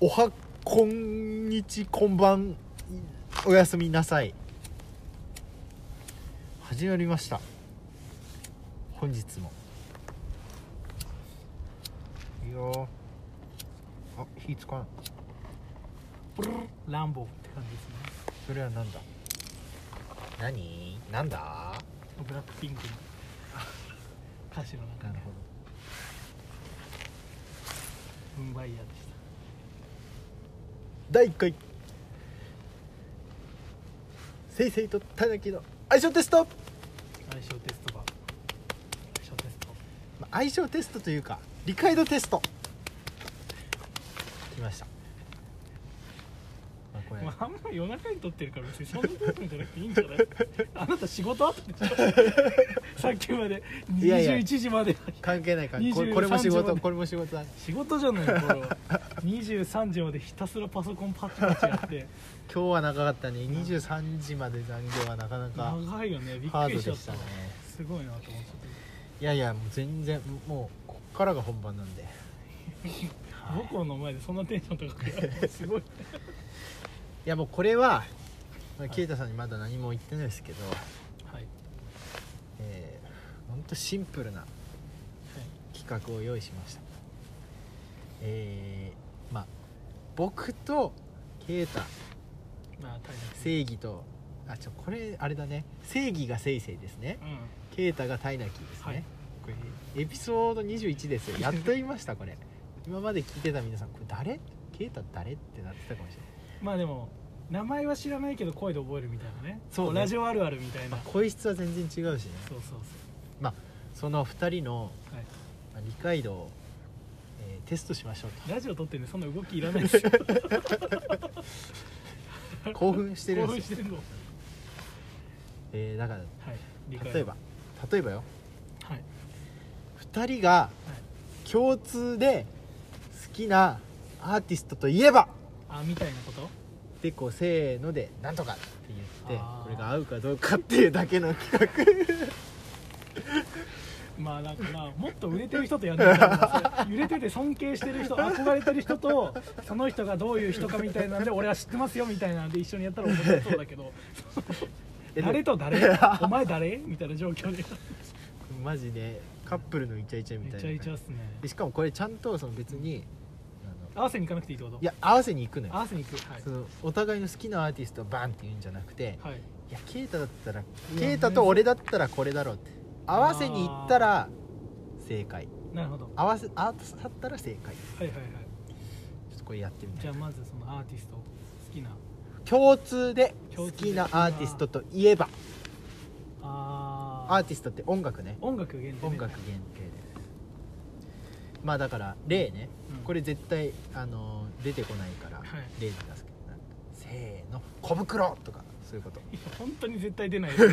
おはこんにちこんばんおやすみなさい始まりました本日もいいよあ火つかんランボーって感じですねそれはなんだ何なんだブラックピンクの歌詞の中でムンバイヤーでした第1回せいせいとたぬきの相性テスト相性テスト版相性テストまあ相性テストというか理解度テスト来ました、まあ、これ、まああんま夜中に撮ってるから別にそんな撮るんじゃなくていいんじゃないあなた仕事あってさっきまでいやいや21時まで関係ないからこれ23これも仕時ま事でこれも仕事だ仕事じゃないこれは23時までひたすらパソコンパチパチやって今日は長かったね23時まで残業はなかなか長いよねびっハーくドりでしちゃっしたたねすごいなと思っちゃったいやいやもう全然もうこっからが本番なんで、はい、母い校の前でそんなテンション高くやるのすごいやもうこれは、まあ、い啓太さんにまだ何も言ってないですけど、はいえー、ほんとシンプルな企画を用意しましたえー、まあ僕と啓太まあ大正義とあちょこれあれだね正義がせいせいですね変うん啓太がたいなきですね、はいこれエピソード21ですよやっと言いましたこれ今まで聞いてた皆さんこれ誰啓太誰ってなってたかもしれないまあでも名前は知らないけど声で覚えるみたいなねそうねラジオあるあるみたいなまあそ声質は全然違うしねうそうその2人のそう、はい、まあ理解度を、えーテストしましょうラジオ撮ってんでそんな動きいらないですよと興奮してる興ん奮でしすて よ、るのはいえーだから理解例えば例えばよはい2人が共通で好きなアーティストといえばあみたいなことでこうせーので「なんとか」って言ってあーこれが合うかどうかっていうだけの企まあなんかなもっと売れてる人とやんないから売れてて尊敬して る人憧れてる人とその人がどういう人かみたいなんで俺は知ってますよみたいなんで一緒にやったら面白そうだけど画 誰と誰 お前誰みたいな状況でマジでカップルのイチャイチャみめたいちゃなイチャっすねでしかもこれちゃんとその別にあの合わせに行かなくていいってこといや合わせに行くのよ合わせに行くはいそのお互いの好きなアーティストをバンって言うんじゃなくてはいいや啓太だったらや啓太と俺だったらこれだろうって合わせに行ったら正解なるほど合わせ合わさったら正解ちはいはいはいょっとこれやってみてじゃあまずそのアーティスト好きな共通で好きなアーティストといえばあアーーティストって音楽ね音楽限定ね音楽限定ですまあだから例ねうんこれ絶対あのー出てこないからはい例で出すけどなんかせーの「小袋」とかそういうこといや本当に絶対出ない そう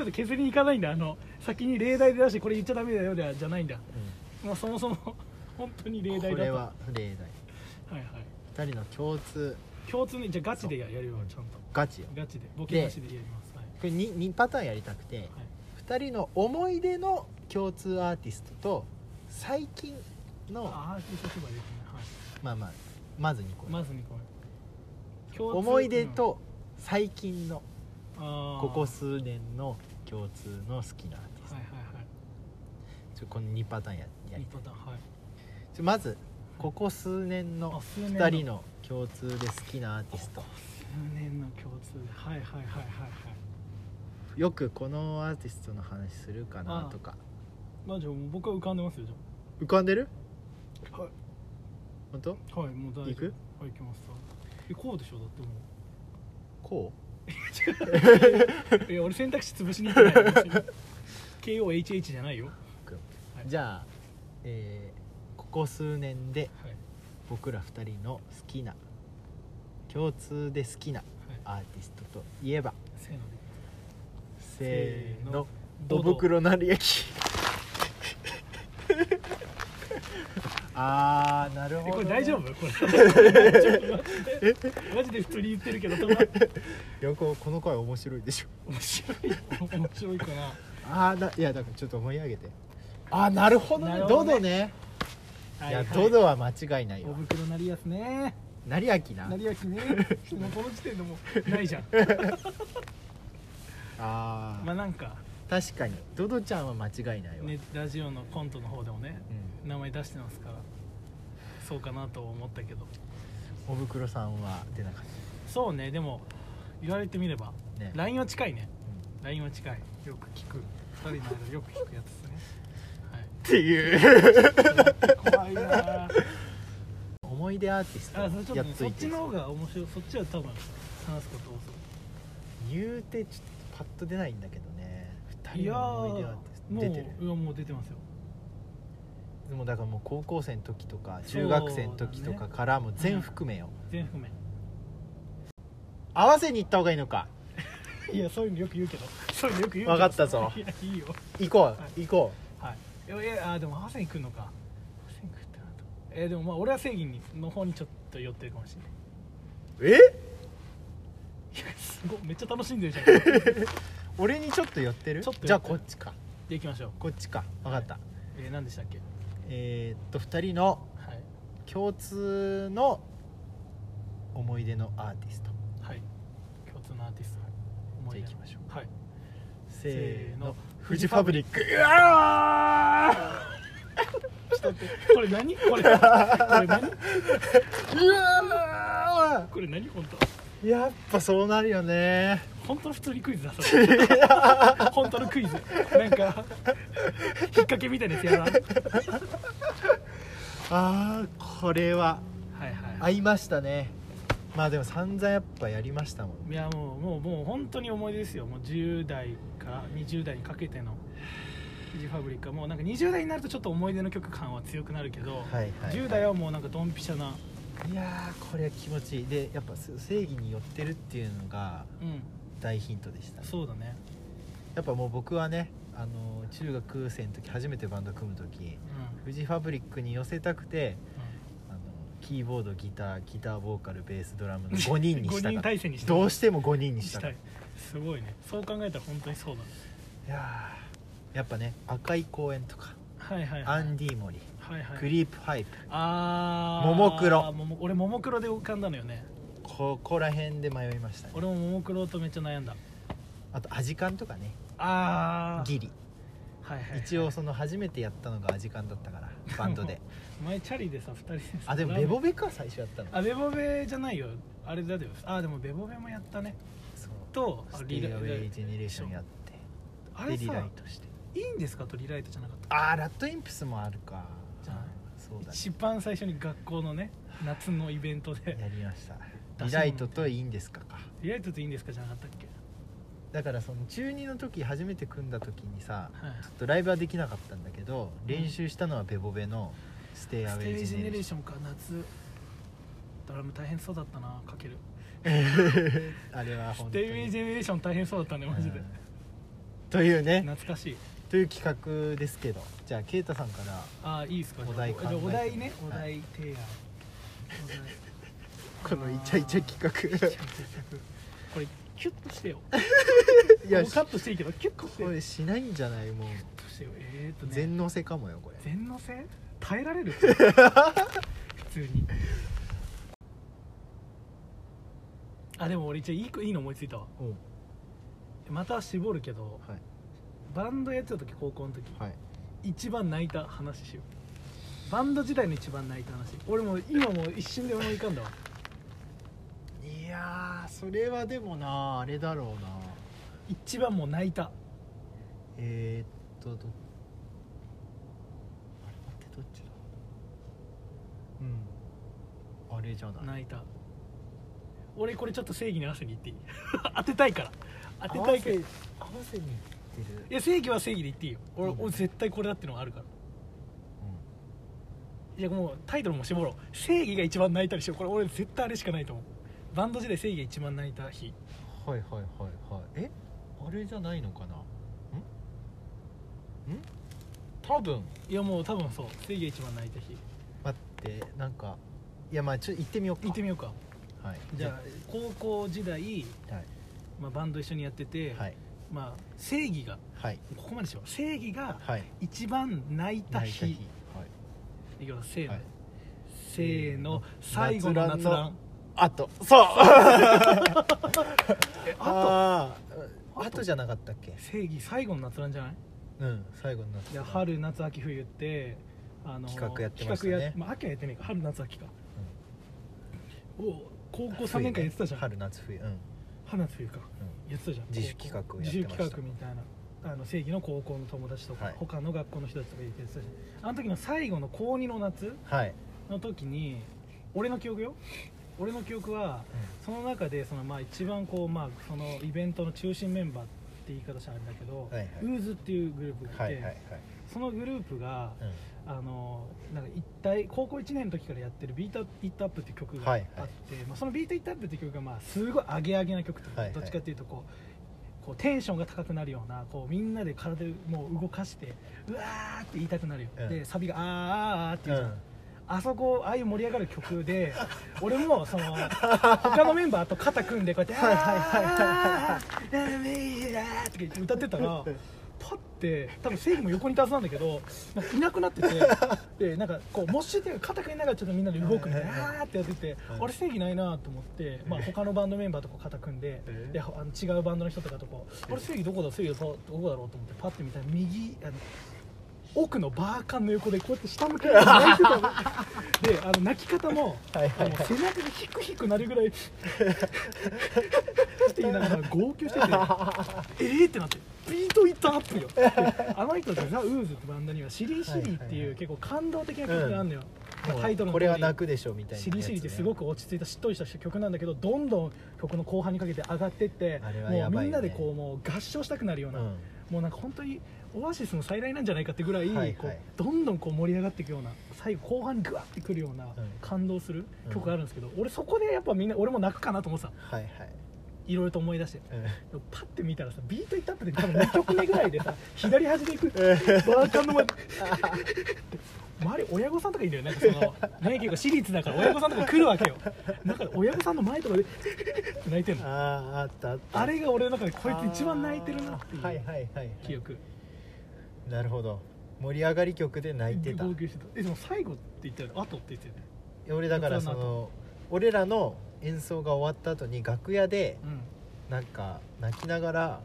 いうの削りに行かないんだあの先に例題で出してこれ言っちゃダメだよではじゃないんだもうそもそ も本当に例題だことれは例題はいは2人の共通い共通にじゃあガチでややるよちゃんとガチよガチでボケなしでやりますはいこれ 2, 2パターンやりたくてはい2人の思い出の共通アーティストと最近のあアーティストとかできないはいまあまあまず2個まずにこれ共通思い出と最近のうんあーここ数年の共通の好きなアーティスはいはいはいトちょこの2パターンややり一パターンはいちょまずここ数年あの数年の2人の共通で好きなアーティスト数年の共通はいはいはいはいはいよくこのアーティストの話するかなとかまあじゃあもう僕は浮かんでますよじ浮かんでるゃあはい本当はいもう大丈夫行くはい行きますえこうでしょだってもこ ういや俺選択肢潰しに行ってないよ別に KOHH じゃないよはうくんいじゃあ、えーここ数年でいはい僕ら2人の好きな共通で好きなアーティストといえばせーのでせーのドおド袋なり焼き あーなるほどね、えこれ大丈夫これ大丈夫マジでマジで普通に言ってるけどたまいやこのこの回面白いでしょ面白い面白いかなああいやだからちょっと思い上げてあーなるほどねなるほどどねどねはいはやトドは間違いないおよ袋なりやすね成明ななりやきねもうこの時点でもうな いじゃんあー、まあなんか確かにドドちゃんは間違いないわ、ねラジオのコントの方でもねうん、名前出してますからそうかなと思ったけどおぶくろさんは出なかったそうねでも言われてみればね LINE は近いね LINE は近いよく聞く2人の間でよく聞くやっつていうですね、はい、怖いなあ思い出アーティスあそれちトょっとやっね、とそいっちての方が面白いそっちは多分話すこと多言うてちょっとパッと出ないんだけどねそ2う人の思い出アーもうティスト出てるいやもう出てますよでもだからもう高校生の時とか中学生の時とかからもう全含めよ、全含め合わせに行った方がいいのかいやそういうのよく言うけどそういうのよく言うけどわかったぞいやいいよ行こう行こはいいやいやあーでも朝に来るのか朝に来るってなとえーでもまあ俺は正義にの方にちょっと寄ってるかもしれないうえいやすごいめっちゃ楽しんでるじ ゃんで俺にちょっと寄ってるちょっと寄ってるじゃあこっちか行きましょうこっちか分かったえー、何でしたっけえー、っと2人のはい共通の思い出のアーティストはい共通のアーティストじゃあ行出きのましょうはいせーーののフジファブリックうわーちょっと待ってこれ何これこれ何うわこれ何本当ーやっぱそうなるよね本当の普通にクイズだそれ 本当のクイズなんか引っ掛けみたいなやつやらんはいあーこれははい、合いましたねまあでも散々やっぱやりましたもんい、やもうもうもう本当に思い出ですよもう10代から20代にかけてのフジファブリックはもうなんか20代になるとちょっと思い出の曲感は強くなるけど、はいはい10代はもうなんかドンピシャな、いやーこれは気持ちいいでやっぱす正義に寄ってるっていうのがうん、大ヒントでしたねそうだね、やっぱもう僕はねあのー中学生の時初めてバンド組む時うんフジファブリックに寄せたくてうあのキーボードギターギターボーカルベースドラムの5人にし5た人かっ体制にしたたいどうしても5人にししたたかっいすごいねそう考えたら本当にそうだねたいやーやっぱね赤い公園とかはいはいはいアンディモリはいはいクリープハイプあーももクロもも俺ももクロで浮かんだのよねここら辺で迷いましたね俺もももクロとめっちゃ悩んだあとアジカンとかねああギリはいはい、はい、一応その初めてやったのがアジカンだった からバンドで前チャリでさ2人でさあでもラーメベンボベか最初やったのあベボベじゃないよあれだよあでもベボベもやったねそうとあステイアウェイジェネレーションやっあてでれリライさトしていいんですかとリライトじゃなかったあーラットインプスもあるかじゃあそうだね一番最初に学校の ね夏のイベントでやりました出し物リライトといいんですかかリライトっていいんですかじゃなかったっけだからその中2の時初めて組んだ時にさはいちょっとライブはできなかったんだけどん練習したのはベボベのステイアウスェテイジイジェェネネレレーーシションか夏ドラム大変そうだったなかけるョン あれはス本当テイウェイにジェネレーション大変そうだったねマジでうんというね懐かしいという企画ですけどじゃあ啓太さんからああいいですかお題考えてじゃあお題ねおは題提案おこ題のイチャイチャ企画 これキュッとしてよ いいややもうカットしていいけどキュッとして こよれしないんじゃないもうキュッとしてよえーっとね全能性かもよこれ全のせ耐え られる普通にあでも俺じゃあいい子いいの思いついたわおうまた絞るけどはいバンドやってた時高校の時はい一番泣いた話しようバンド時代の一番泣いた話俺もう今もう一瞬で思い浮かんだわいやーそれはでもなあれだろうな一番もう泣いたえー、っとどあれ待ってどっちだうんあれじゃない泣いた俺これちょっと正義に合わせに行っていい 当てたいから当てたいけどい合わせにいってる、や正義は正義で言っていいよ俺,、うん俺絶対これだってのがあるからいやもうタイトルも絞ろう正義が一番泣いたりしようこれ俺絶対あれしかないと思うバンド時代正義が一番泣いた日うん、はいはいはいはいえあれじゃないのかなんん多分いやもう多分そう正義が一番泣いた日待ってなんかいやまあちょっと行ってみようか行ってみようかはいじゃあ高校時代、はいまあ、バンド一緒にやってて、はいまあ、正義がはいここまでしよう正義がはい一番泣いた泣い日はいいきますせーの、はいせーの最後の夏夏ラ欄のンあと そうあえああーあとじゃなかったっけと正義最後の夏ランじゃないうん最後になっいたや春夏秋冬ってあの企画やってましたね企画やまあ、秋はやってないか春夏秋か、お高校3年間やってたじゃん、春夏冬うん春夏冬か、うやってたじゃん自主企画をやってました自主企画みたいなあの正義の高校の友達とか、はい他の学校の人たちとかやってたじゃんあの時の最後の高2の夏はいの時に俺の記憶よ俺の記憶はその中でそのまあ一番こうまあそのイベントの中心メンバーって言い方したらあれだけど、はいはいウーズっていうグループがいて、はいはいはいそのグループが、うあのなんか一体高校1年の時からやってる「ビート・イット・アップ」っていう曲があはっいて、はいまあ、その「ビート・イット・アップ」っていう曲がまあすごいアゲアゲな曲というかはいはいどっちかっていうとこうこうテンションが高くなるようなこうみんなで体をもう動かしてうわーって言いたくなるよ、うんでサビが「あーあーあー」って言んううじゃん、んあそこああいう盛り上がる曲で俺もその他のメンバーと肩組んでこうやって「はいあはいはいはいあーあーあーあー」とか言って歌ってたらパッて多分正義も横に立つなんだけどなんかいなくなっててでなんかこうモッシュっていうか肩組みながらちょっとみんなで動くみたいなはいはいは「あー」ってやっててはいあれ正義ないなと思って、まあ、他のバンドメンバーとこう肩組んでえーであの違うバンドの人とかとこう「あれ正義どこだ正義どこだろう?」と思ってパッて見たら右あの奥のバーカンの横でこうやって下向けて泣いてたのであの泣き方もはいはいはいあの背中がヒクヒクなるぐらいって言いながら号泣しててえーってなってビートいったアップよであの人ってザ・ウーズってバンドには「シリーシリー」ってはいはいいうはい結構感動的な曲があるのよ、まあタイトルのこ通れはり泣くでしょみたいなしりしりってすごく落ち着いたしっとりした曲なんだけどどんどん曲の後半にかけて上がってってあれはもやうばみいんねなでこうもう合唱したくなるよううな、んもうなんか本当にオアシスの再来なんじゃないかってぐらい、はいはいこうどんどんこう盛り上がっていくような最後後半にグワッてくるような感動する曲があるんですけど、俺そこでやっぱみんな俺も泣くかなと思ってたはいはいいろいろと思い出してうんでもパッて見たらさビートイットアップで多分2曲目ぐらいで さ左端で行くバーカンの前で周り親御さんとかいるんだよなんかそのね結構私立だから親御さんとか来るわけよだから親御さんの前とかで泣いてんのあああったあった あれが俺の中でこいつ一番泣いてるなっていあーはいうはいはいはい記憶なるほど盛り上がり曲で泣いてた号泣してたえでも最後って言ったよね後って言ったよね俺だからそそのの俺らの演奏が終わった後に楽屋でうんなんか泣きながら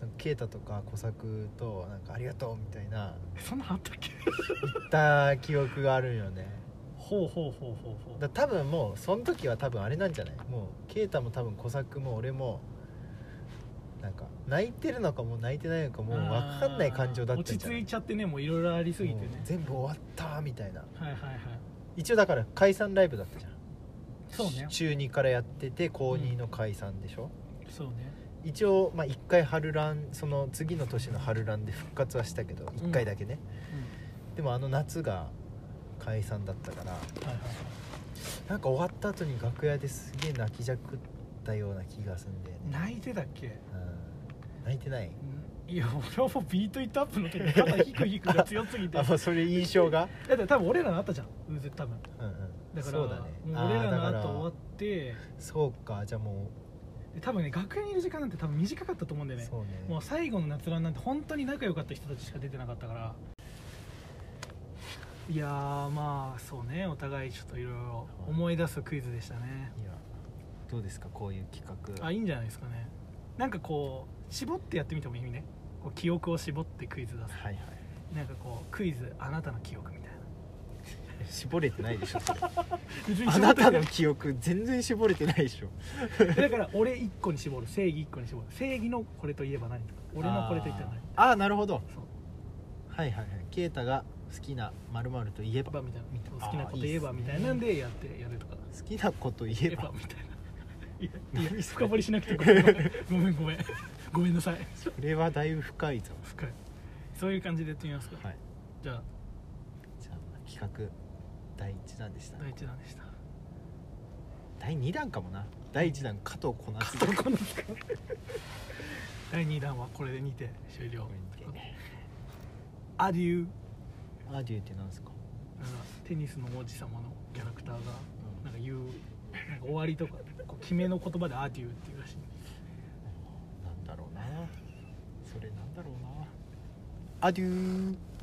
なんか啓太とか小作となんかありがとうみたいなえそんなんあったっけ言った記憶があるんよねほうほうほうほうほうだ多分もうその時は多分あれなんじゃないもう啓太も多分小作も俺もなんか泣いてるのかもう泣いてないのかもう分かんない感情だったんじ落ゃちな着いいちゃってねもういろいろありすぎてねもう全部終わったみたいなはいはいはい一応だから解散ライブだったじゃんそうね中2からやってて高2の解散でしょ、そうね一応、まあ、1回春ランその次の年の春ランで復活はしたけど1回だけね、でもあの夏が解散だったからはいはいはいなんか終わった後に楽屋ですげえ泣きじゃくったような気がすんだよね泣いてたっけうん泣いてないいや俺はもうビートイットアップの時肩ヒクヒクが強すぎてあもうそれ印象が、だって多分俺らのあったじゃんうず多分うんうん、だからそうだねもう俺らあーだの後から終わってそうかじゃあもで多分ね楽屋にいる時間なんて多分短かったと思うんだうよねそうねもう最後の夏ランなんて本当に仲良かった人たちしか出てなかったからいやーまあそうねお互いちょっといろいろ思い出すクイズでしたねいやどうですかこういう企画あいいんじゃないですかねなんかこう絞ってやってみてもいいねこう記憶を絞ってクイズ出すはいはいなんかこうクイズあなたの記憶みたいな絞れてないでしょそれ別 にあ絞っなてたの記憶全然絞れてないでしょだから俺1個に絞る正義1個に絞る正義のこれといえば何とか俺のこれといったら何あーあーなるほどそうはいはいはい啓太が好きなまるといえばば好みたいなあー好きなこと言えばみたいなんでやってやるとかきなこといエえヴばァみたいないやいや何それ深掘りしなくて ごめんごめんごめんごめんなさいこれはだいぶ深いぞ深いそういう感じでやってみますか、はいじゃあじゃあ企画第1弾でした第1弾でした第2弾かもな第1弾加藤小夏どこのですか 第2弾はこれでにて終了これにてアデューアデューってなんですかなんかテニスの王子様のキャラクターがなんか言うなんか終わりとかこう決めの言葉でアデューっていうらしいなんだろうなそれなんだろうなアデュー